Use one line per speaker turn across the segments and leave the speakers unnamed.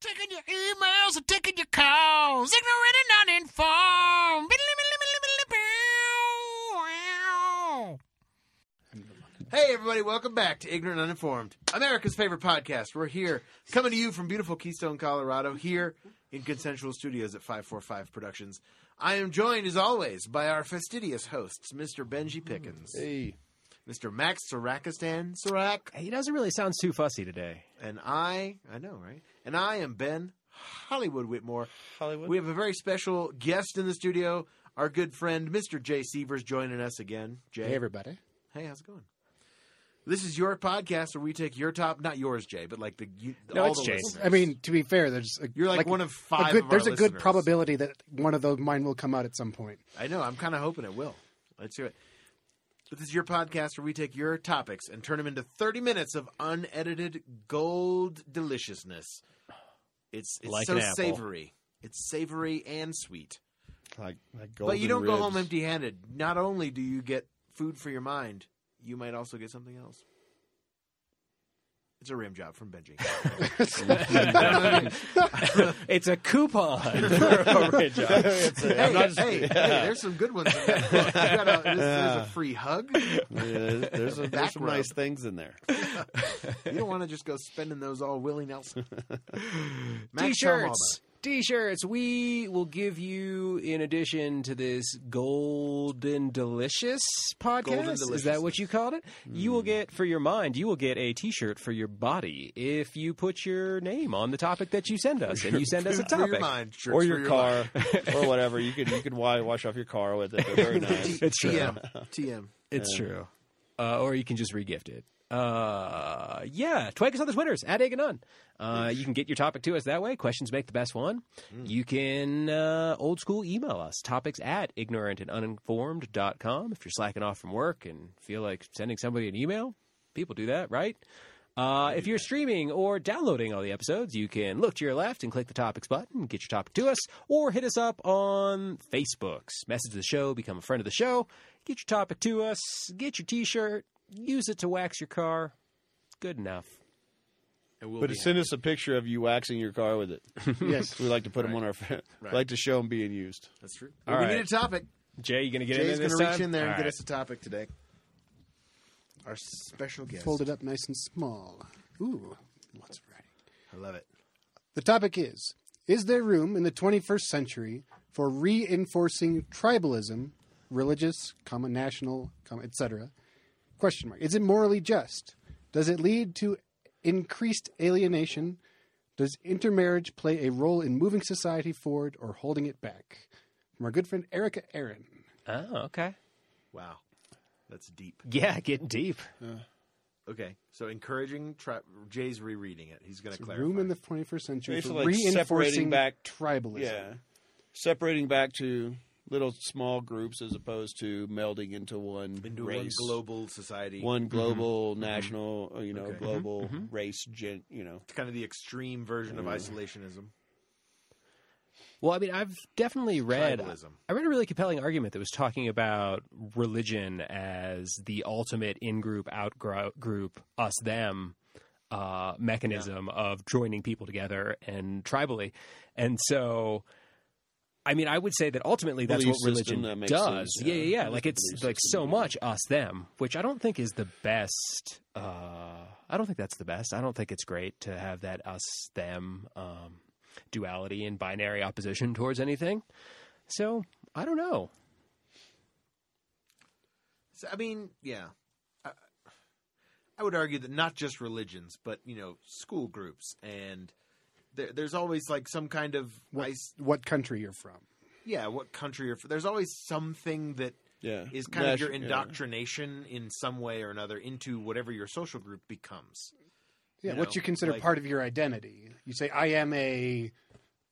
Taking your emails and taking your calls. Ignorant and uninformed.
Hey, everybody, welcome back to Ignorant Uninformed, America's favorite podcast. We're here, coming to you from beautiful Keystone, Colorado, here in Consensual Studios at 545 Productions. I am joined, as always, by our fastidious hosts, Mr. Benji Pickens,
Hey.
Mr. Max Sarakistan Sarak,
He doesn't really sound too fussy today.
and I, I know, right? And I am Ben Hollywood Whitmore.
Hollywood.
We have a very special guest in the studio, our good friend, Mr. Jay Severs, joining us again. Jay.
Hey, everybody.
Hey, how's it going? This is your podcast where we take your top, not yours, Jay, but like the you,
No,
all
it's
the
Jay's.
listeners.
I mean, to be fair, there's a,
You're like one of five
A good,
of our
there's a good
listeners.
probability that one of those mine will come out at some point.
I know. I'm kind of hoping it will. Let's hear it. But this is your podcast where we take your topics and turn them into 30 minutes of unedited gold deliciousness. It's it's
Like
so
an apple.
savory. It's savory and sweet.
Like, like
but you don't go home empty-handed. Not only do you get food for your mind, you might also get something else. It's a rim job from Benji.
It's a coupon for a red job.
hey, hey, hey, there's some good ones. In that book. You got a, there's, there's a free hug. You
there's, there's, a,
Back
there's some
rub.
nice things in there.
don't want to just go spending those all willy nilly. Max, tell 'em all
T-shirts. T-shirts. We will give you, in addition to this Golden Delicious podcast,
Golden
is that what you called it? You will get for your mind. You will get a T-shirt for your body if you put your name on the topic that you send us, and you send us a
about it. For
topic.
your mind, shirts
or
for
your,
mind.
car, or whatever. You could you could wa- wash off your car with it. They're very nice.
It's true.
TM, TM.
It's true. Uh, or you can just regift it. Uh, yeah, twag us on the Twitters at Aganon. Uh, you can get your topic to us that way. Questions make the best one. You can uh, old school email us topics at ignorant and uninformed.com if you're slacking off from work and feel like sending somebody an email. People do that, right? Uh, if you're streaming or downloading all the episodes, you can look to your left and click the topics button, get your topic to us, or hit us up on Facebooks. Message the show, become a friend of the show, get your topic to us, get your t shirt, use it to wax your car. Good enough.
And we'll
But
be
send us a picture of you waxing your car with it.
Yes.
we like to put them on our. We like to show them being used.
That's true. Well, we
right.
need a topic.
Jay, you gonna get
Jay's
in there
going
this
to reach
time?
in there and
All
get
right.
us a topic today. Our special guest.
Fold it up nice and small. Ooh, what's right?
I love it.
The topic is: Is there room in the 21st century for reinforcing tribalism, religious, comma, national, comma, etc.? Question mark. Is it morally just? Does it lead to increased alienation? Does intermarriage play a role in moving society forward or holding it back? From our good friend Erica Aaron.
Oh, okay.
Wow. That's deep.
Yeah, getting deep.
Okay. So encouraging. Tri- Jay's rereading it. He's going to clarify.
Room in the 21st century for
Basically, like,
reinforcing
separating back-
tribalism.
Yeah, separating back to little small groups as opposed to melding into one
into
race,
one global society.
one global national, uh, you know,
Okay. Mm-hmm.
global race. Gen, you know,
It's kind of the extreme version of isolationism.
Well, I mean, I've definitely read.
Tribalism.
I read a really compelling argument that was talking about religion as the ultimate in group, out group, us them uh, mechanism of joining people together and tribally. And so, I mean, I would say that ultimately that's
Belief
what religion
system, that makes
does.
sense, yeah.
yeah, yeah, yeah.
That's
Like
what
it's
belief
like
system
so much us them, which I don't think is the best. Uh, I don't think that's the best. I don't think it's great to have that us them um, duality and binary opposition towards anything. So I don't know.
So, I mean, yeah. I- I would argue that not just religions, but you know, school groups, and there, there's always like some kind of
What,
is-
what country you're from.
yeah, what country you're. There's always something that
yeah,
is kind of your
Nation- yeah.
indoctrination in some way or another into whatever your social group becomes.
Yeah,
you
what
know,
you consider
like-
part of your identity. You say, I am a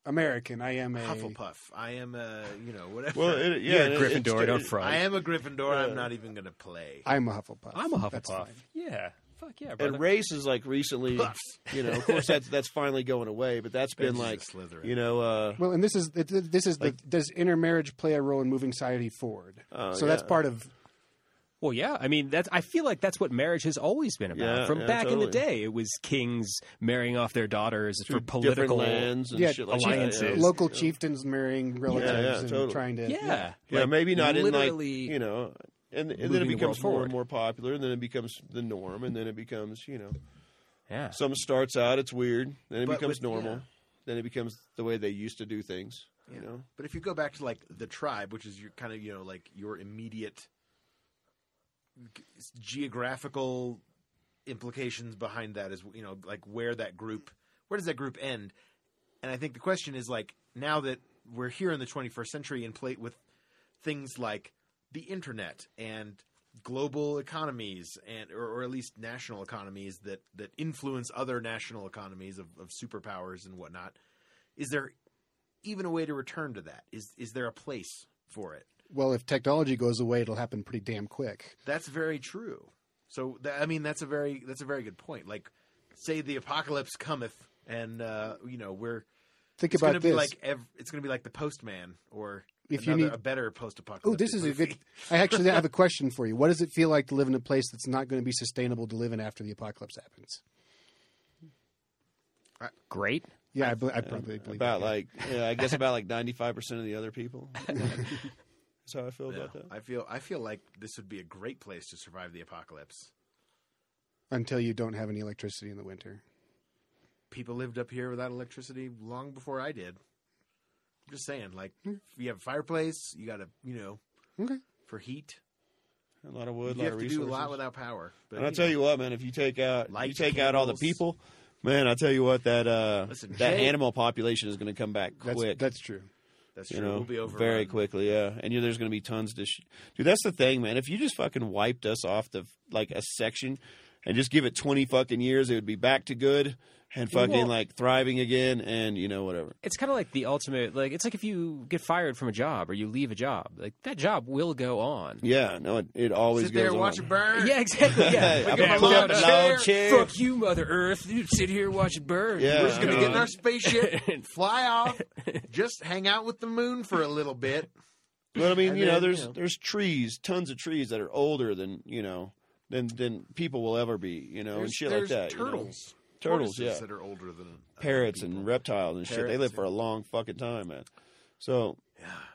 American. I am a.
Hufflepuff. I am a you know whatever.
Well, it, yeah,
You're
it-
a
it's-
Gryffindor,
it-
don't front.
I am a Gryffindor. I'm not even going to play.
I'm a Hufflepuff.
I'm a
That's
Hufflepuff.
fine.
Yeah. Fuck yeah, brother.
and race is like recently,
Puffs.
you know, of course that's that's finally going away, but that's been
Benji's a
like,
Slytherin.
you know, uh,
Well, and this is it- it- this is the, does intermarriage play a role in moving society forward?
Oh,
so that's
yeah.
part of
Well, yeah. I mean, that's. I feel like that's what marriage has always been about.
Yeah,
From
yeah,
back in
totally.
the day, it was kings marrying off their daughters for
Different
political.
lands and
Yeah,
shit like That,
alliances.
yeah.
Local chieftains marrying relatives and
totally.
trying to.
Yeah.
Yeah,
Like,
maybe not in like
literally-
you know, and, and then
moving
it
the
becomes
world
more
forward.
and more popular, and then it becomes the norm, and then it becomes you know,
Yeah.
some starts out it's weird, then it
But
becomes
with-
normal,
yeah.
then it becomes the way they used to do things.
Yeah.
You know,
But if you go back to like the tribe, which is your kind of you know like your immediate g- geographical implications behind that is you know like where that group where does that group end? And I think the question is like now that we're here in the 21st century and plate with things like the internet and global economies and or, or at least national economies that that influence other national economies of, of superpowers and whatnot is there even a way to return to that? Is is there a place for it?
Well, if technology goes away, it'll happen pretty damn quick.
That's very true. So tha I mean, that's a very that's a very good point. Like, say the apocalypse cometh, and uh, you know we're
Think
it's
about
gonna be
this.
like ev- it's gonna be like the Postman or
If you
another,
need-
a better post-apocalyptic.
oh, this is a
movie.
good. I actually have a question for you. What does it feel like to live in a place that's not going to be sustainable to live in after the apocalypse happens?
Great.
Yeah, I, bel- I probably believe
about
that, yeah.
like yeah, I guess about like ninety five percent of the other people. That's how I feel
Yeah.
about that.
I feel I feel like this would be a great place to survive the apocalypse.
until you don't have any electricity in the winter.
People lived up here without electricity long before I did. I'm just saying, like you have a fireplace, you got to you know
Hmm. Okay.
for heat.
A lot of wood,
you
a lot
have
of
to
resources.
do a lot without power. But
and I
you
tell
know.
you what, man, if you take out you
Lights,
take out all the
candles.
people, man, I tell you what that uh,
Listen,
that
Jay-
animal population is going to come back
That's
quick.
that's true.
That's
you
true.
know,
we'll be over
very quickly. Yeah, and you know, there's going to be tons to. Sh- Dude, that's the thing, man. If you just fucking wiped us off the like a section, and just give it twenty fucking years, it would be back to good and fucking
Well-
like thriving again, and you know whatever.
It's kind of like the ultimate. Like it's like if you get fired from a job or you leave a job, like that job will go on.
Yeah, no, it, it always
Sit there
goes
and watch
on.
it burn.
Yeah, exactly. Yeah,
I
I'm
put
gonna
up
pull
an
out a
old chair.
Fuck you, Mother Earth. You sit here watching birds.
Yeah.
We're just gonna
Yeah.
get in our spaceship, fly off, just hang out with the moon for a little bit.
Oh, But I mean,
And
you know,
then,
there's
you know.
there's trees, tons of trees that are older than you know than than people will ever be, you know, and
There's,
shit
there's
like that. you know.
turtles,
Turtles,
Tortoises
yeah.
that are older than uh,
parrots
people.
and reptiles and shit. They
Parrots,
live
yeah.
for a long fucking time, man. So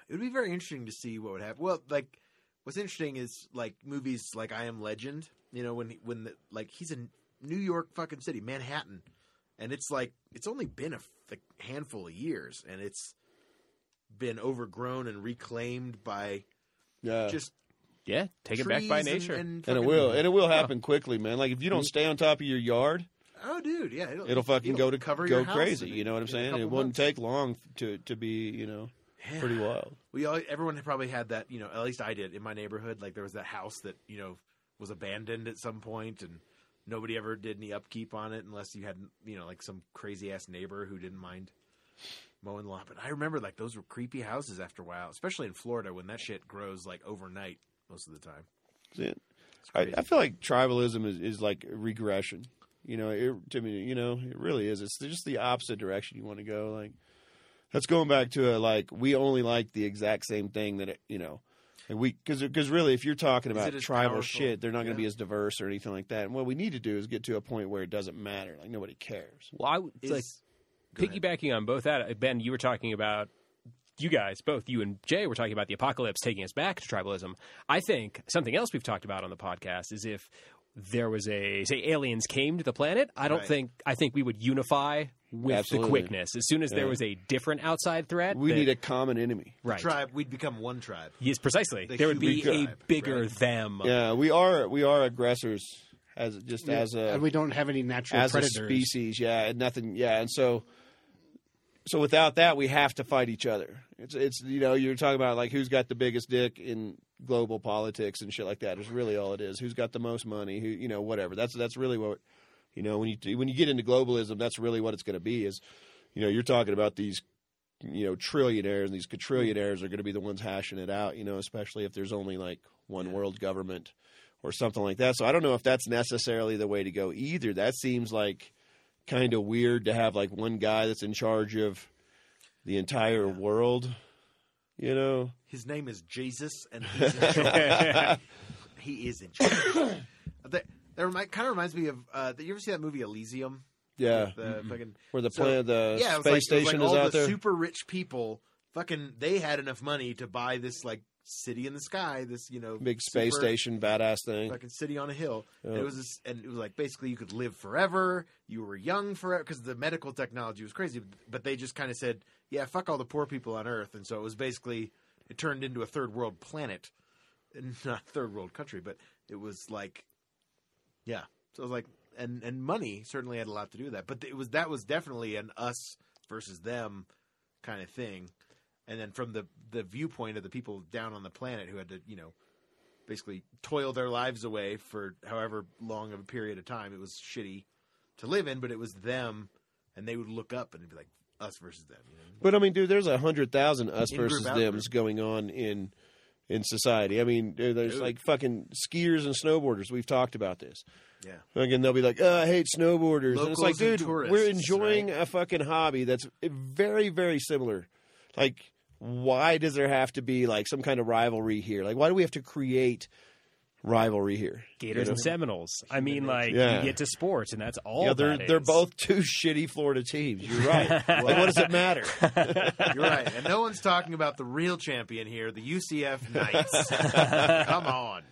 It would be very interesting to see what would happen. Well, like what's interesting is like movies like I Am Legend. You know, when when the, like he's in New York fucking city, Manhattan, and it's like it's only been a f- like, handful of years, and it's been overgrown and reclaimed by
yeah,
just
yeah. Take it back by
trees and-
nature.
and,
and it
fucking-
will and it will happen quickly, man. Like if you
Mm-hmm.
don't stay on top of your yard,
Oh, dude, yeah,
it'll fucking go to
cover
go
your house
crazy.
in a-
You know what I'm
in a
saying?
couple
It wouldn't
months.
take long to to be you know pretty wild.
We all everyone had probably had that. You know, at least I did in my neighborhood. Like there was that house that you know was abandoned at some point, and nobody ever did any upkeep on it unless you had you know like some crazy ass neighbor who didn't mind mowing the lawn. But I remember like those were creepy houses after a while, especially in Florida when that shit grows like overnight most of the time.
That's it.
It's
I,
crazy.
I feel like tribalism is, is like regression. You know, it, to me, you know, it really is. It's just the opposite direction you want to go. Like, that's going back to a like we only like the exact same thing that it, you know, and we because because really, if you're talking
Is
about
it as
tribal
powerful?
shit, they're not going to
Yeah.
be as diverse or anything like that. And what we need to do is get to a point where it doesn't matter. Like nobody cares.
well, I would
Is-
like
Go ahead.
piggybacking on both that. Ben, you were talking about you guys, both you and Jay, were talking about the apocalypse taking us back to tribalism. I think something else we've talked about on the podcast is if there was a say aliens came to the planet. I don't
Right.
think I think we would unify with
Absolutely.
the quickness as soon as there
Yeah.
was a different outside threat.
We
that-
need a common enemy.
right.
tribe. We'd become one tribe.
Yes, precisely.
The
there would be
human
a
tribe,
bigger
right?
them.
Yeah, we are we are aggressors as just as a
and we don't have any natural
as
predators.
a species. Yeah, and nothing. Yeah, and so so without that, we have to fight each other. It's it's you know you're talking about like who's got the biggest dick in global politics and shit like that is really all it is. Who's got the most money? Who you know whatever. That's that's really what you know when you do- when you get into globalism, that's really what it's going to be. Is you know you're talking about these. You know, trillionaires and these quadrillionaires are going to be the ones hashing it out. You know, especially if there's only like one world government or something like that. So I don't know if that's necessarily the way to go either. That seems like kind of weird to have like one guy that's in charge of the entire world. You know,
His name is Jesus, and he's in charge. He is in charge. that that remind, kind of reminds me of. Uh, did you ever see that movie Elysium?
Yeah,
The uh, fucking
where the
so-
plan, the
yeah, it was
space
like, it was like
station
all
is out
the
there.
Super rich people, fucking, they had enough money to buy this like city in the sky. This you know
Big space
super
station, badass thing.
Fucking city on a hill. And
Yeah.
it was this, and it was like basically you could live forever. You were young forever because the medical technology was crazy. But they just kind of said, "Yeah, fuck all the poor people on Earth." And so it was basically it turned into a third world planet, And not third world country, but it was like, yeah. So it was like, and and money certainly had a lot to do with that. But it was that was definitely an us versus them kind of thing. And then from the the viewpoint of the people down on the planet who had to, you know, basically toil their lives away for however long of a period of time. It was shitty to live in, but it was them, and they would look up and it'd be like us versus them. You know?
But I mean, dude, there's a hundred thousand us
In-group,
versus
out-group.
them's going on in in society. I mean, dude, there's
Dude.
like fucking skiers and snowboarders. We've talked about this.
Yeah.
Again, they'll be like, oh, I hate snowboarders. and
Locals
it's like,
and
dude,
tourists,
we're enjoying a fucking hobby that's very, very similar. Like, why does there have to be like some kind of rivalry here? Like, why do we have to create rivalry here?
Gators and Seminoles. I mean, like
Yeah.
you get to sports, and that's all.
yeah, they're
that
they're
is.
both two shitty Florida teams. You're right. like, what does it matter?
You're right, and no one's talking about the real champion here, the UCF Knights. Come on.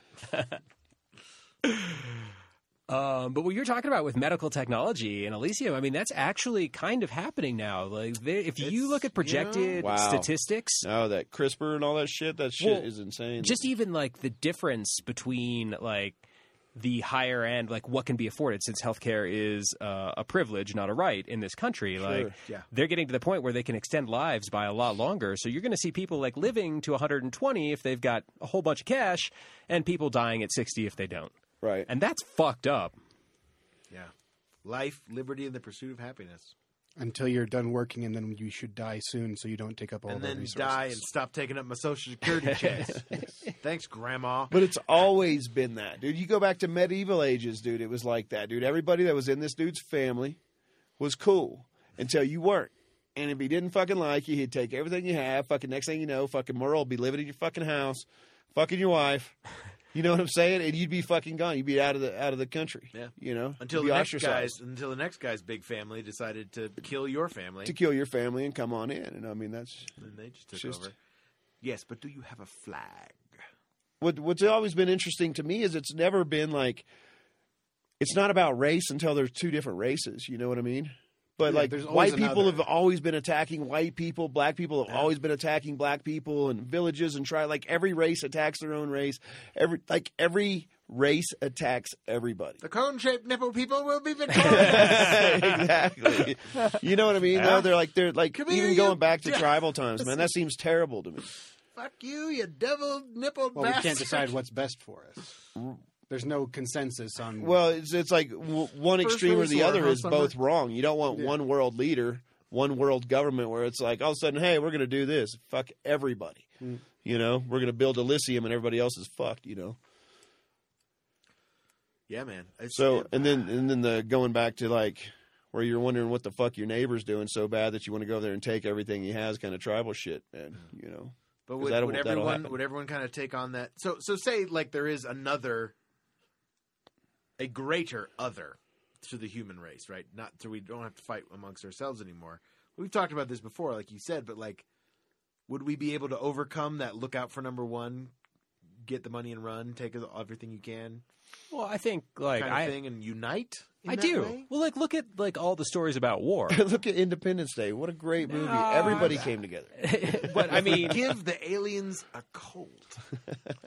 Um, but what you're talking about with medical technology and Elysium, I mean, that's actually kind of happening now. Like, they, if
It's-
you look at projected
Wow.
statistics,
Oh, that CRISPR and all that shit. That shit
Well,
is insane.
just even like the difference between like the higher end, like what can be afforded, since healthcare is uh, a privilege, not a right in this country. Like,
yeah.
they're getting to the point where they can extend lives by a lot longer. So you're going to see people like living to 120 if they've got a whole bunch of cash, and people dying at 60 if they don't.
right.
And that's fucked up.
Yeah. Life, liberty, and the pursuit of happiness.
until you're done working, and then you should die soon, so you don't take up all
and
the
then
resources.
die and stop taking up my social security checks. Thanks, Grandma.
But it's always been that, dude. You go back to medieval ages, dude. It was like that, dude. Everybody that was in this dude's family was cool until you weren't. And if he didn't fucking like you, he'd take everything you have. Fucking next thing you know, fucking Merle would be living in your fucking house, fucking your wife. You know what I'm saying? And you'd be fucking gone. You'd be out of the out of the country.
Yeah.
You know,
Until
You'd
the
be
next
ostracized.
guy's until the next guy's big family decided to kill your family.
to kill your family and come on in. And I mean, that's
And they just took
Just-
over. Yes, but do you have a flag?
what what's always been interesting to me is it's never been like it's not about race until there's two different races. You know what I mean? But
Yeah,
like
there's always
white people
another.
have always been attacking white people, black people have always been attacking black people and villages and try like every race attacks their own race. Every like every race attacks everybody.
The cone-shaped nipple people will be victorious.
exactly. You know what I mean?
Yeah.
No, they're like they're like
Come
even
here, you-
going back to
Yeah.
tribal times, man. That seems terrible to me.
Fuck you, you devil nippled
Well, we
bastard.
can't decide what's best for us. There's no consensus on.
Well, it's, it's like w- one
First
extreme or
race
the
war,
other
huh,
is
Summer?
both wrong. You don't want one world leader, one world government where it's like all of a sudden, hey, we're going to do this. Fuck everybody. You know, we're going to build Elysium and everybody else is fucked. You know,
Yeah, man. It's-
so and then and then the going back to like where you're wondering what the fuck your neighbor's doing so bad that you want to go over there and take everything he has, kind of tribal shit, man. You know,
but
'cause
would,
that'll-
would
that'll
everyone
happen.
would everyone kind of take on that? So so say like there is another, a greater other to the human race, right? Not so we don't have to fight amongst ourselves anymore. We've talked about this before, like you said, but like, would we be able to overcome that? Look out for number one, get the money and run, take everything you can,
Well, I think like
kind of
I,
thing, and unite. in
I
that
do.
way?
Well, like look at like all the stories about war.
look at Independence Day. What a great movie! everybody came together.
but I mean,
give the aliens a cold.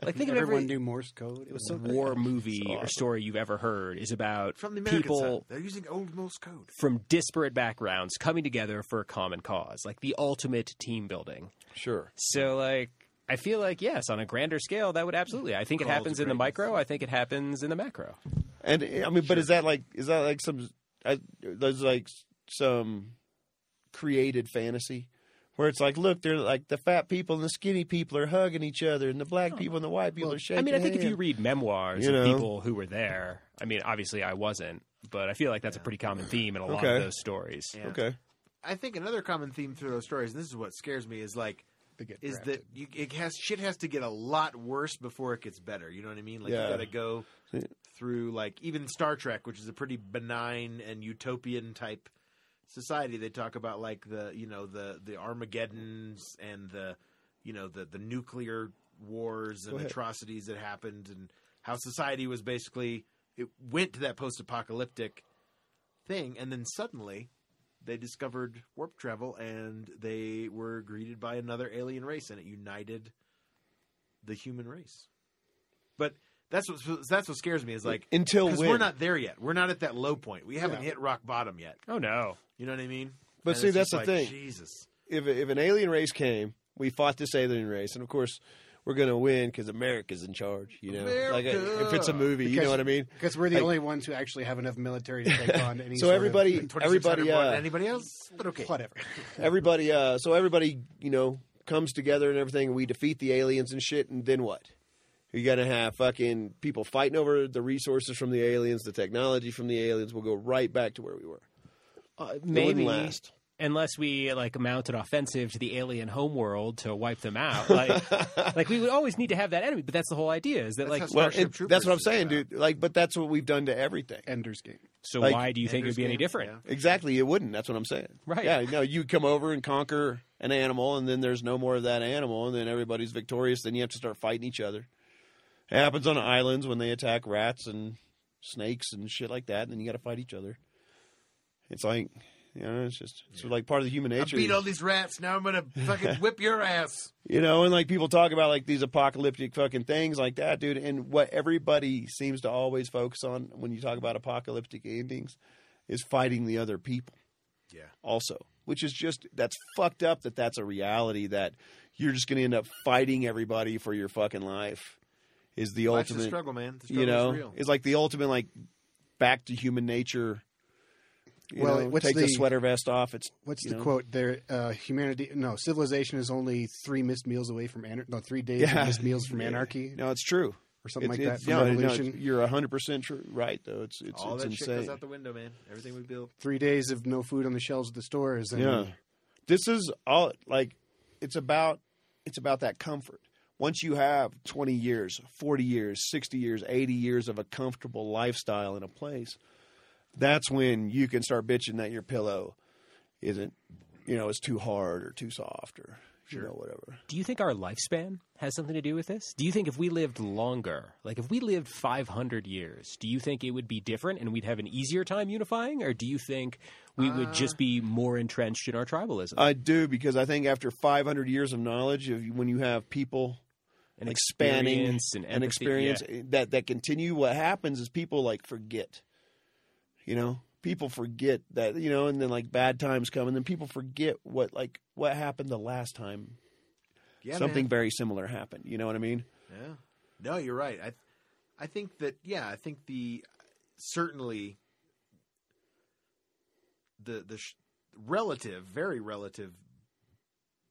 like think of
everyone
every
knew Morse code. It was so
war movie
awesome.
or story you've ever heard is about
From the American
people
side, they're using old Morse code.
from disparate backgrounds coming together for a common cause, like the ultimate team building.
Sure.
So like I feel like yes, on a grander scale, that would absolutely. I think it
Call to
happens in the
greatness.
micro. I think it happens in the macro.
And I mean, but is that like is that like some I, there's like some created fantasy where it's like, look, they're like the fat people and the skinny people are hugging each other, and the black people and the white people are shaking.
I mean, I think if
hands.
you read memoirs
You
of
know.
people who were there, I mean, obviously I wasn't, but I feel like that's a pretty common theme in a lot
Okay.
of those stories.
Yeah.
okay,
I think another common theme through those stories, and this is what scares me, is like
that get
is
drafted.
that you, it has shit has to get a lot worse before it gets better. You know what I mean? Like you
Yeah.
got to go through like even Star Trek, which is a pretty benign and utopian type society. They talk about like the you know the the Armageddon's and the you know the the nuclear wars and
ahead.
atrocities that happened and how society was basically it went to that post apocalyptic thing and then suddenly they discovered warp travel and they were greeted by another alien race and it united the human race. But that's what that's what scares me is like
Until
because
when?
we're not there yet. We're not at that low point. We haven't
Yeah.
hit rock bottom yet.
Oh no.
You know what I mean?
But
And
see,
it's
that's
just
the
like,
thing.
Jesus.
if if an alien race came, we fought this alien race, and of course we're gonna win because America's in charge. You know, like
America!
uh, if it's a movie, you
Because-
know what I mean.
Because we're the
Like-
only ones who actually have enough military to take on any.
So
sort of-
everybody,
2600
everybody,
more than
uh,
anybody else? But okay.
whatever.
everybody, uh, so everybody, you know, comes together and everything, and we defeat the aliens and shit, and then what? You're gonna have fucking people fighting over the resources from the aliens, the technology from the aliens. We'll go right back to where we were.
Uh,
wouldn't
maybe
last.
unless we like mount an offensive to the alien homeworld to wipe them out. Like, like we would always need to have that enemy. But that's the whole idea is that
That's
like.
how- Well, Starship
and
Troopers
that's what I'm
is
saying,
about.
dude. Like, but that's what we've done to everything.
Ender's Game.
So
like,
why do you think it would be any
Ender's Game,
different?
yeah.
Exactly, it wouldn't. That's what I'm saying.
Right.
Yeah. No, you come over and conquer an animal, and then there's no more of that animal, and then everybody's victorious. Then you have to start fighting each other. It happens on islands when they attack rats and snakes and shit like that, and then you got to fight each other. It's like, you know, it's just it's like part of the human
I
nature.
beat all these rats. Now I'm gonna fucking whip your ass.
You know, and like people talk about like these apocalyptic fucking things like that, dude. And what everybody seems to always focus on when you talk about apocalyptic endings is fighting the other people.
Yeah.
Also, which is just that's fucked up that that's a reality that you're just going to end up fighting everybody for your fucking life is the
Life's a
ultimate
struggle, man. The struggle
you know,
is real.
it's like the ultimate like back to human nature. You
Well,
know,
what's
take the,
the-
sweater vest off. It's
What's
you
the
know?
quote? There, uh, humanity. No, civilization is only three missed meals away from anar- no three days of
Yeah.
missed meals from anarchy
No, it's true.
or something
It's-
like that.
it's-
From
no, no,
revolution.
it's- you're 100% true, right, though. It's, it's,
all
it's
that shit
insane.
goes out the window, man. Everything we build.
three days of no food on the shelves of the stores. And
yeah. This is all, like, it's about, it's about that comfort. Once you have 20 years, 40 years, 60 years, 80 years of a comfortable lifestyle in a place, that's when you can start bitching that your pillow isn't, you know, is too hard or too soft or, you know, whatever.
Do you think our lifespan has something to do with this? Do you think if we lived longer, like if we lived 500 years, do you think it would be different and we'd have an easier time unifying? Or do you think we
Uh,
would just be more entrenched in our tribalism?
I do because I think after 500 years of knowledge, if you, when you have people
and
expanding
experience and
an
empathy?
experience that that continue what happens is people like forget you know people forget that you know and then like bad times come and then people forget what like what happened the last time
Yeah,
something
man.
very similar happened you know what i mean
Yeah. No, you're right. I, I think that yeah, I think the certainly the the sh- relative, very relative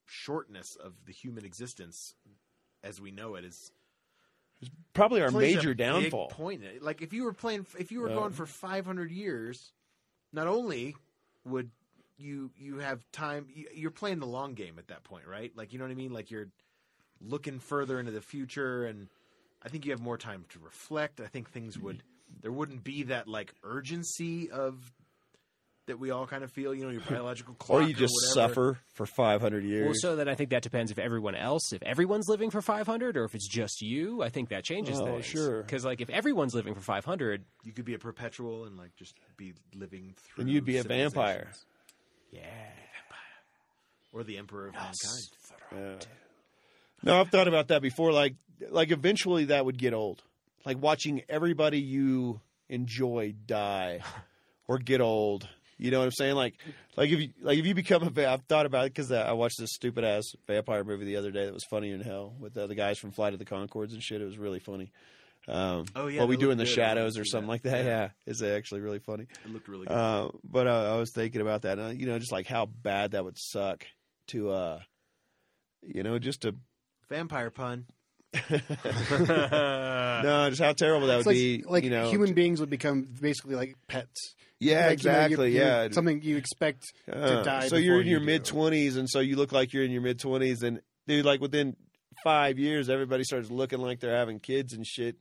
shortness of the human existence as we know it is
probably our
plays a
major
big
downfall
point. Like if you were playing, if you were
Yeah.
going for 500 years, not only would you you have time, you- you're playing the long game at that point, right? Like you know what I mean? Like you're looking further into the future, and I think you have more time to reflect. I think things would there wouldn't be that like urgency of that we all kind of feel. You know, your biological clock,
or you just
whatever.
suffer for 500 years
Well, so then I think that depends if everyone else, if everyone's living for 500 or if it's just you, I think that changes
Oh,
things.
sure.
Because, like, if everyone's living for 500,
You could be a perpetual and like just be living through.
and you'd be a
civilizations.
vampire
yeah.
or the emperor of mankind.
Yeah. No, I've thought about that before. Like, like eventually that would get old. Like watching everybody you enjoy die or get old. You know what I'm saying? Like, like if you like if you become a va- I've thought about it because I I watched this stupid ass vampire movie the other day that was funny in hell with uh, the guys from Flight of the Concords and shit. It was really funny. Um,
Oh, yeah,
what we
they
do
look
in the
good. I
shadows
wanna
or
see
something
that.
like
Yeah.
that. Yeah, is actually really funny.
It looked really good.
Uh, but uh, I was thinking about that, and, uh, you know, just like how bad that would suck to, uh, you know, just to
Vampire pun.
no, just how terrible that
It's
would
like,
be.
like
you know,
human beings would become basically like pets.
yeah,
Like, you know, you-
exactly,
you would-
yeah.
something you expect
Uh,
to die.
so you're
before
in
you
your
do.
mid twenties, and so you look like you're in your mid twenties, and dude, like within five years, everybody starts looking like they're having kids and shit.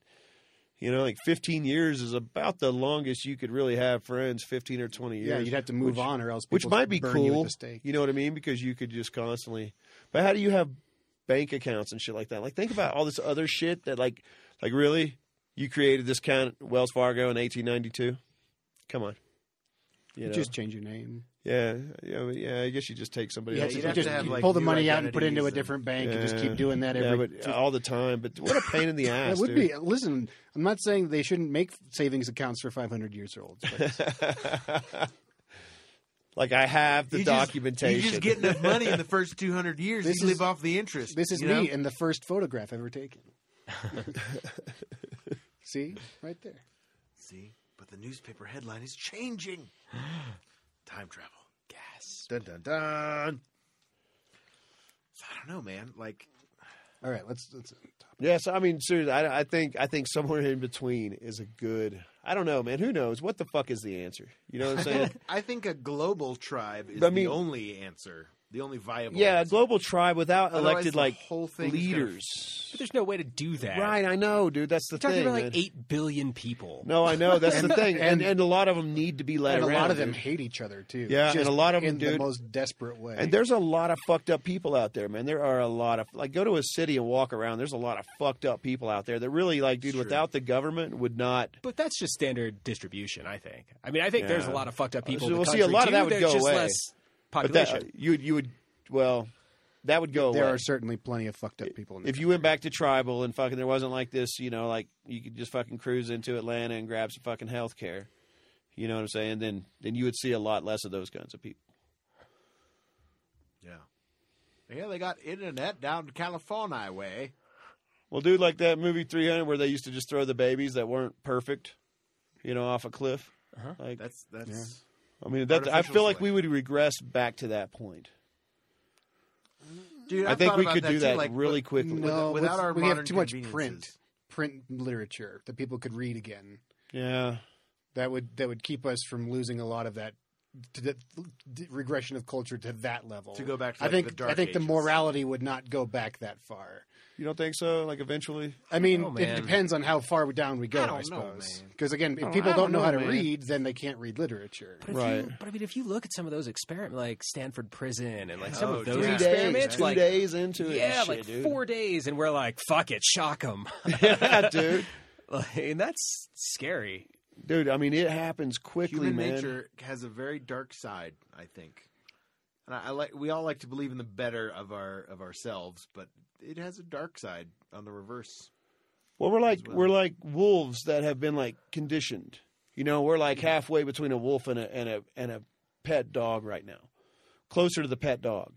You know, like 15 years is about the longest you could really have friends, 15 or 20 years.
Yeah, you'd have to move
which-
on, or else
which
people
might be
burn
cool.
You, at the stake.
You know what I mean? Because you could just constantly. But how do you have bank accounts and shit like that? Like, think about all this other shit that, like, like really, you created this account, at Wells Fargo, in 1892. Come on. You know?
Just change your name.
yeah, yeah, but yeah. I guess you just take somebody
Yeah,
else's.
you'd have
just
to have, like,
pull the
new
money out and put it into a
identities
different bank and just keep
Yeah.
doing that
yeah,
every.
but all the time. But what a pain in the ass.
that would
dude.
be. Listen, I'm not saying they shouldn't make savings accounts for 500 years old. But
like I have the
You just-
documentation.
you just get enough money in the first 200 years.
This
you
is-
live off the interest.
this is
you know?
me and the first photograph ever taken. See, right there.
See, but the newspaper headline is changing. Time travel. Gas. Dun dun dun. So I don't know, man. Like,
All right, let's. let's
Yes, I mean seriously, I, I think I think somewhere in between is a good. I don't know, man. Who knows? What the fuck is the answer? You know what I'm saying?
I think a global tribe is
I
the
mean-
only answer, the only viable.
yeah, a
answer.
global tribe without
Otherwise,
elected
the
like
whole thing's gonna-
leaders.
But there's no way to do that.
Right, I know, dude. That's the
We're talking
thing.
about like
man.
eight billion people.
No, I know. That's the thing, and,
and-
and a lot of them need to be led
and a
around.
lot of them
dude.
hate each other too.
Yeah, and
Just
a lot of them,
in the
dude.
most desperate way.
And there's a lot of fucked up people out there, man. There are a lot of like go to a city and walk around. There's a lot of fucked up people out there that really like, dude, without the government would not.
But that's just standard distribution, I think. I mean, I think there's a
Yeah.
lot of fucked up people. in
We'll
the
see,
country,
a lot of
too.
that would
There's
go
just
away.
less
But
population.
that uh, you you would well, that would go
there
away.
are certainly plenty of fucked up people. In
if you went back to tribal and fucking there wasn't like this, you know, like you could just fucking cruise into Atlanta and grab some fucking health care. You know what I'm saying? Then then you would see a lot less of those kinds of people.
Yeah. Yeah, they got internet down California way.
Well, dude, like that movie 300 where they used to just throw the babies that weren't perfect, you know, off a cliff.
Uh-huh.
Like
That's that's.
I mean, that, I
Artificial
feel like we
selection.
would regress back to that point.
Dude,
I,
I've
think
thought
we
about
could do
too,
that
like,
really quickly.
without
no, what's-
our
we have
modern
too much
conveniences.
print print literature that people could read again.
Yeah,
That would that would keep us from losing a lot of that to the, the regression of culture to that level.
To go back to,
I
like,
think
the Dark
I think the
Ages.
morality would not go back that far.
you don't think so? Like eventually,
I mean,
Oh,
it
man.
depends on how far down we go.
I
I,
don't know,
suppose
man.
because again, if
don't-
people
Oh, I
don't,
don't
know,
know,
how to
man.
read, then they can't read literature.
But if
Right.
You, but I mean, if you look at some of those experiments, like Stanford Prison, and like some
Oh,
of those
yeah.
Two
experiments,
two
like
days into it,
yeah,
and
like
shit, dude.
four days, and we're like, fuck it, shock them,
yeah, dude,
and that's scary.
dude. I mean, it happens quickly,
Human
man.
nature has a very dark side, I think. And I, I like we all like to believe in the better of our of ourselves, but it has a dark side on the reverse.
Well, we're like
well.
we're like wolves that have been like conditioned. You know, we're like halfway between a wolf and a and a and a pet dog right now, closer to the pet dog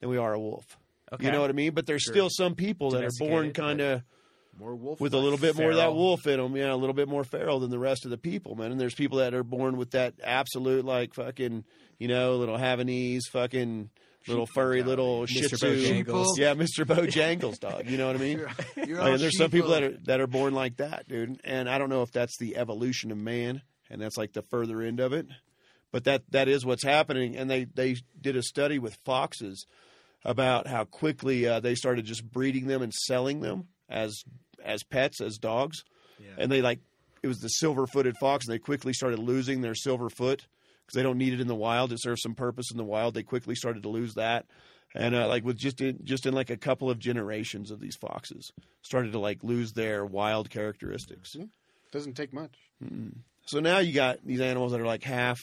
than we are a wolf.
Okay,
You know what I mean? But there's still some people that are born
Domesticated, but-
kind of.
More wolf
with a little bit more of that
Feral.
wolf in them. Yeah, a little bit more feral than the rest of the people, man. And there's people that are born with that absolute like fucking, you know, little Havanese fucking little furry little Shih
Mr.
Tzu.
Bojangles.
Sheeple.
Yeah, Mr. Bojangles dog. You know what I mean?
You're
Like,
all
and Oh, there's some people
sheeple.
that are that are born like that, dude. And I don't know if that's the evolution of man, and that's like the further end of it. But that that is what's happening. And they they did a study with foxes about how quickly uh, they started just breeding them and selling them as as pets as dogs.
Yeah.
And they like it was the silver footed fox, and they quickly started losing their silver foot because they don't need it in the wild. It serves some purpose in the wild. They quickly started to lose that, and uh, like with just in, just in like a couple of generations of these foxes started to like lose their wild characteristics.
Mm-hmm.
doesn't take much.
So now you got these animals that are like half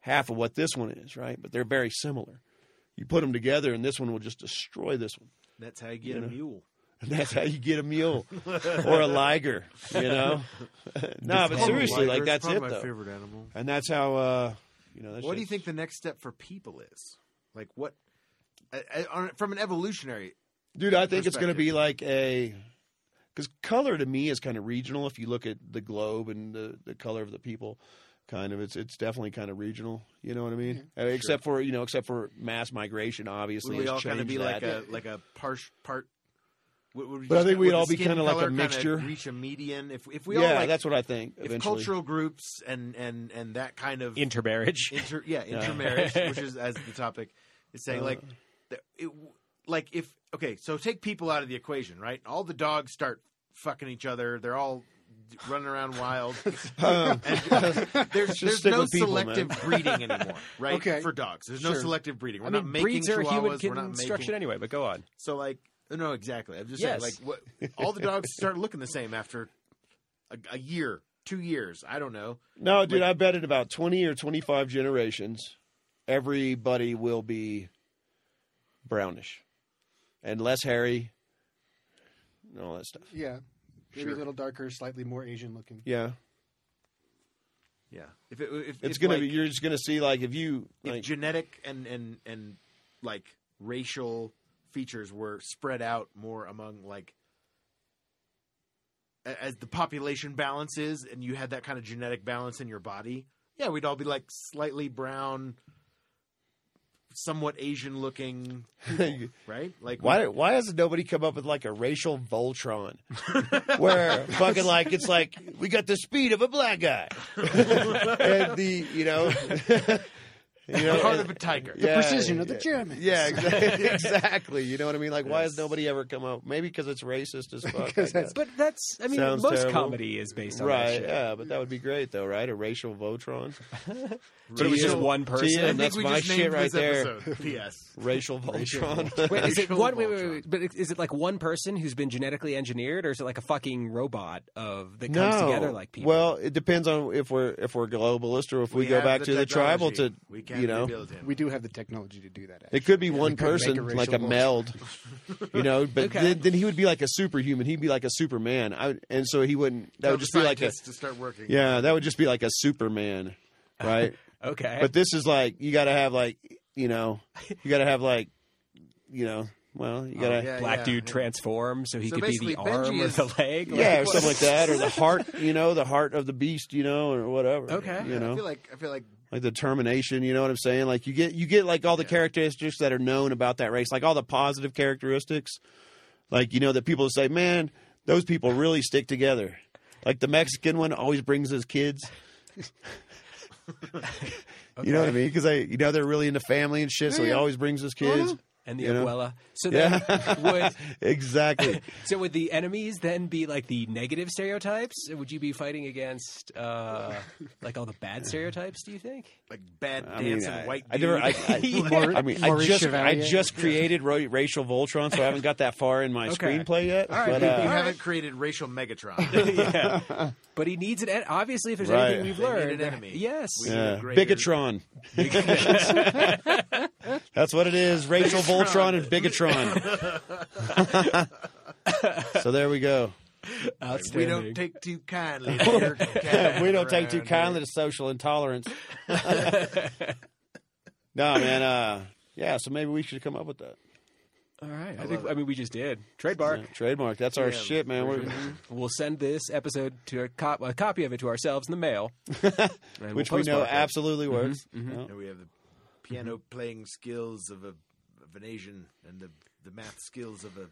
half of what this one is, right? But they're very similar. You put them together, and this one will just destroy this one.
That's how you get
know.
a mule.
And that's how you get a mule or a liger, you know? no, Ah, but seriously, like that's it,
My
though.
favorite animal.
And that's how, uh, you know, that's
What do you think the next step for people is? Like what? I, I, on- from an evolutionary,
Dude, I think it's going to be like a. Because color to me is kind of regional. If you look at the globe and the, the color of the people, kind of, it's it's definitely kind of regional. You know what I mean? Uh, except for, you know, except for mass migration, obviously.
would Mm-hmm. we
has
all kind of
changed
be
that.
like a like a parsh part? Would, would we
But I
just-
think we'd
would the
all be
skin
kinda like a
color kinda
mixture.
Reach a median if if we
yeah,
all like
that's what I think.
if
Eventually.
cultural groups and and and that kind of
Intermarriage.
inter yeah intermarriage, which is as the topic is saying, like, the- it, like if okay, so take people out of the equation, right? All the dogs start fucking each other. They're all running around wild.
Um,
There's there's
stick
no
with people,
selective
man.
breeding anymore, right?
Okay.
For dogs, there's no
Sure.
selective breeding. We're
I
not
mean,
making
breeds are human
chihuahuas. We're
kid
not
instruction
making
anyway, but go on.
so like Oh, no, exactly. I'm just
Yes.
saying like what all the dogs start looking the same after a, a year, two years. I don't know.
no, dude, I bet in about twenty or twenty-five generations, everybody will be brownish and less hairy, and all that stuff.
Yeah. Maybe
Sure.
a little darker, slightly more Asian looking.
Yeah,
Yeah, if it, if
it's
if,
gonna
like,
be. You're just gonna see like if you
if
like,
genetic and and and like racial features were spread out more among like a- as the population balances and you had that kind of genetic balance in your body yeah we'd all be like slightly brown somewhat asian looking right like
Why, why hasn't nobody come up with like a racial Voltron where fucking like it's like we got the speed of a black guy and the you know you
the
know
heart
and-
of a tiger
yeah,
Precision of the
yeah.
Germans.
yeah exactly, exactly you know what I mean like why has nobody ever come up maybe because it's racist as fuck I
'Cause that's-
guess.
But that's, I mean,
Sounds
most
terrible.
comedy is based on that
right
shit.
yeah but that would be great though right a racial Voltron
But it was just one
Yeah,
I
person.
and
think
that's
we
my
just named
shit right
this
there
episode. yes
racial Voltron
Wait, is it
Racial
one? Wait, wait, wait,
Voltron.
wait. But is it like one person who's been genetically engineered, or is it like a fucking robot of that
no.
comes together like people?
Well, it depends on if we're if we're globalist or if we, go
have
back to the tribal to
technology. we can
you know.
rebuild him.
We do have the technology to do that. Actually.
It could be one
we could make
person,
a racial
like a
Voltron.
meld, you know. But
Okay.
then, then he would be like a superhuman. He'd be like a Superman, I, would- and so he wouldn't. That
Tell
would
the
just be like a
scientists to start working
yeah. That would just be like a Superman, right?
okay.
but this is like you got to have like you know you got to have like you know well you got to
yeah,
black
yeah,
dude
yeah.
transforms, so he
So
could be the
basically,
arm
Benji
or
is-
the leg.
yeah, or
Like,
something like that, or the heart, you know, the heart of the beast, you know, or whatever.
Okay.
you know,
i feel like i feel like
like the termination you know what i'm saying like you get you get like all the characteristics that are known about that race like all the positive characteristics like you know that people say man those people really stick together like the mexican one always brings his kids you know what i mean because they you know they're really into family and shit so he always brings his kids
and the
you know?
abuela. So then
yeah
would
exactly
so would the enemies then be like the negative stereotypes? Would you be fighting against uh, like all the bad stereotypes? Do you think?
like bad
I mean,
dancing
I,
white
I
dude.
never. I, I,
Yeah.
I mean, I
Maurice
just, I
Chevalier.
just created Ra- racial Voltron, so I haven't got that far in my
Okay.
screenplay yet.
right,
but,
dude,
uh,
you haven't created racial Megatron.
yeah. But he needs an en- obviously. If there's
Right.
anything we've
They need
learned,
an
there-
enemy.
Yes.
We-
yeah.
greater-
Bigatron. That's what it is. Racial Voltron and Bigatron. so there we go.
we
Outstanding.
don't take too kindly. to your kind
we don't take too
around
kindly to social intolerance. no, man. Uh, yeah, so maybe we should come up with that.
All right. I, think. I mean, we just did trademark.
Yeah, trademark. That's our shit, man. We're,
We'll send this episode to a, cop- a copy of it to ourselves in the mail, and
which
we'll
we know
postmark Mm-hmm, it.
absolutely works. Yeah.
here. And we have the piano
Mm-hmm.
playing skills of a of an Asian and the the math skills of a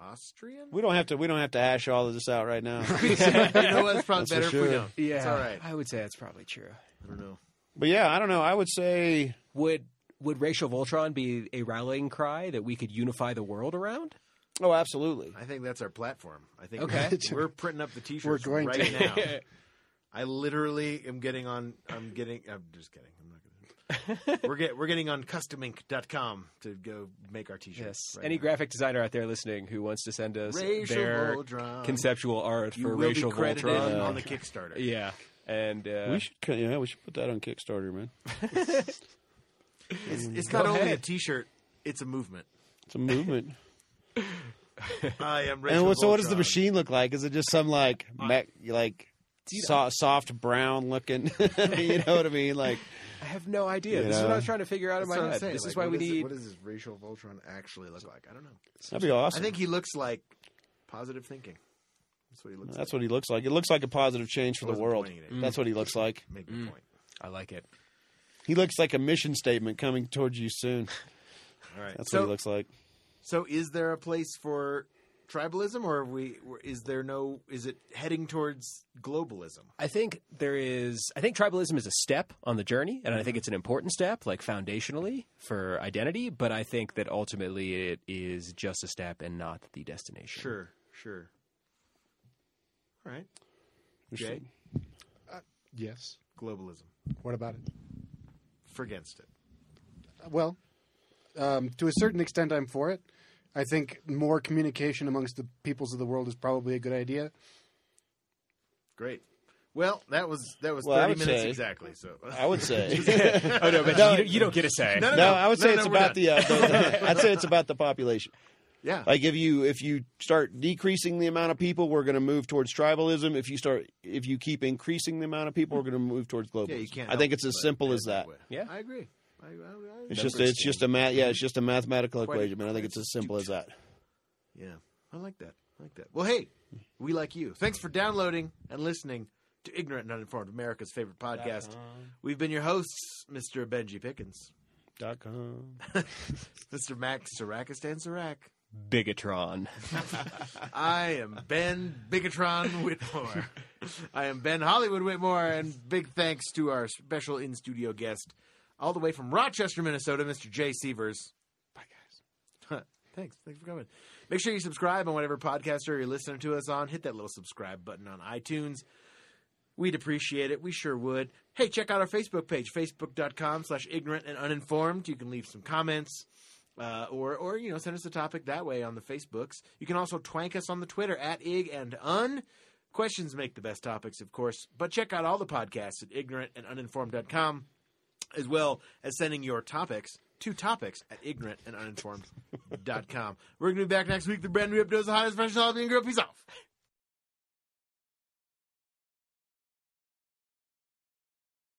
Austrian.
We don't have to. We don't have to hash all of this out right now.
you know what? It's probably
That's
better
for
if we
sure.
don't.
Yeah,
it's all right.
I would say that's probably true.
I don't know.
but yeah, I don't know. I would say
Would would racial Voltron be a rallying cry that we could unify the world around?
oh, absolutely.
I think that's our platform. I think
Okay.
we're, we're printing up the T-shirts
We're going
right
to.
now. I literally am getting on. I'm getting. I'm just kidding. I'm not gonna. we're get. We're getting on customink.com to go make our T-shirts.
Yes.
right
Any
now.
graphic designer out there listening who wants to send us
Racial
their
Voltron.
conceptual art
you
for
will
racial
be credited
Voltron?
on the Kickstarter.
Yeah, and uh,
We should. Yeah, we should put that on Kickstarter, man.
It's, it's not only a
ahead.
T-shirt; it's a movement.
It's a movement.
I am. Rachel
and what, so, what
Voltron.
does
Uh,
the machine look like? Is it just some like mech, like so, soft brown looking? you know what I mean? Like,
I have no idea.
You
This is what
know?
I was trying to figure out
That's
in
what
my
I'm
head.
saying,
This
like,
is why
what
we
it-
need.
what does this racial Voltron actually look like? I don't know.
that'd be awesome.
I think he looks like positive thinking. That's what he looks.
that's
like.
what he looks like. It looks like a positive change for the
wasn't
world.
pointing at it.
That's what he looks like.
Make the point.
I like it.
He looks like a mission statement coming towards you soon.
All right.
That's
so,
what he looks like.
so is there a place for tribalism, or have we? or Is there no? Is it heading towards globalism?
I think there is. I think tribalism is a step on the journey, and I think it's an important step, like foundationally for identity. But I think that ultimately it is just a step and not the destination.
Sure, sure. All right, Jay,
Yes.
globalism.
What about it? Uh,
For against it.
Well, um, to a certain extent, I'm for it. I think more communication amongst the peoples of the world is probably a good idea.
Great. Well, that was that was
Well, I
thirty
would
minutes
say-
exactly. So
I would say.
Oh no, but
No.
you, you don't get a say.
No, no,
No, I would say
no,
it's
we're
about
done.
the, uh, the. I'd say it's about the population.
yeah.
Like if you if you start decreasing the amount of people, we're going to move towards tribalism. If you start if you keep increasing the amount of people, we're going to move towards globalism.
yeah, you can't.
I think
help
it's as
but
simple
head
as that.
way.
Yeah.
I agree. I, I, I,
It's
I-
just it's just a math yeah it's just a mathematical
Quite a
equation, man. I think it's as simple as that.
Yeah, I like that. I like that. Well, hey, we like you. Thanks for downloading and listening to Ignorant and Uninformed, America's favorite podcast. We've been your hosts, Mr. Benji Pickens,
Dot com.
Mr. Max Sarakistan Sarak.
Bigatron.
I am Ben Bigatron Whitmore. I am Ben Hollywood Whitmore, and big thanks to our special in studio guest, all the way from Rochester, Minnesota, Mr. Jay Severs. Bye, guys. thanks. Thanks for coming. Make sure you subscribe on whatever podcaster you're listening to us on. Hit that little subscribe button on iTunes. We'd appreciate it. We sure would. Hey, check out our Facebook page, facebook.com slash ignorant and uninformed. You can leave some comments uh, or, or, you know, send us a topic that way on the Facebooks. You can also twank us on the Twitter at ig and un. Questions make the best topics, of course, but check out all the podcasts at ignorant and uninformed.com as well as sending your topics to topics at ignorant and uninformed.com. We're going to be back next week. The brand new episode of the hottest fresh holiday and grill. Peace off.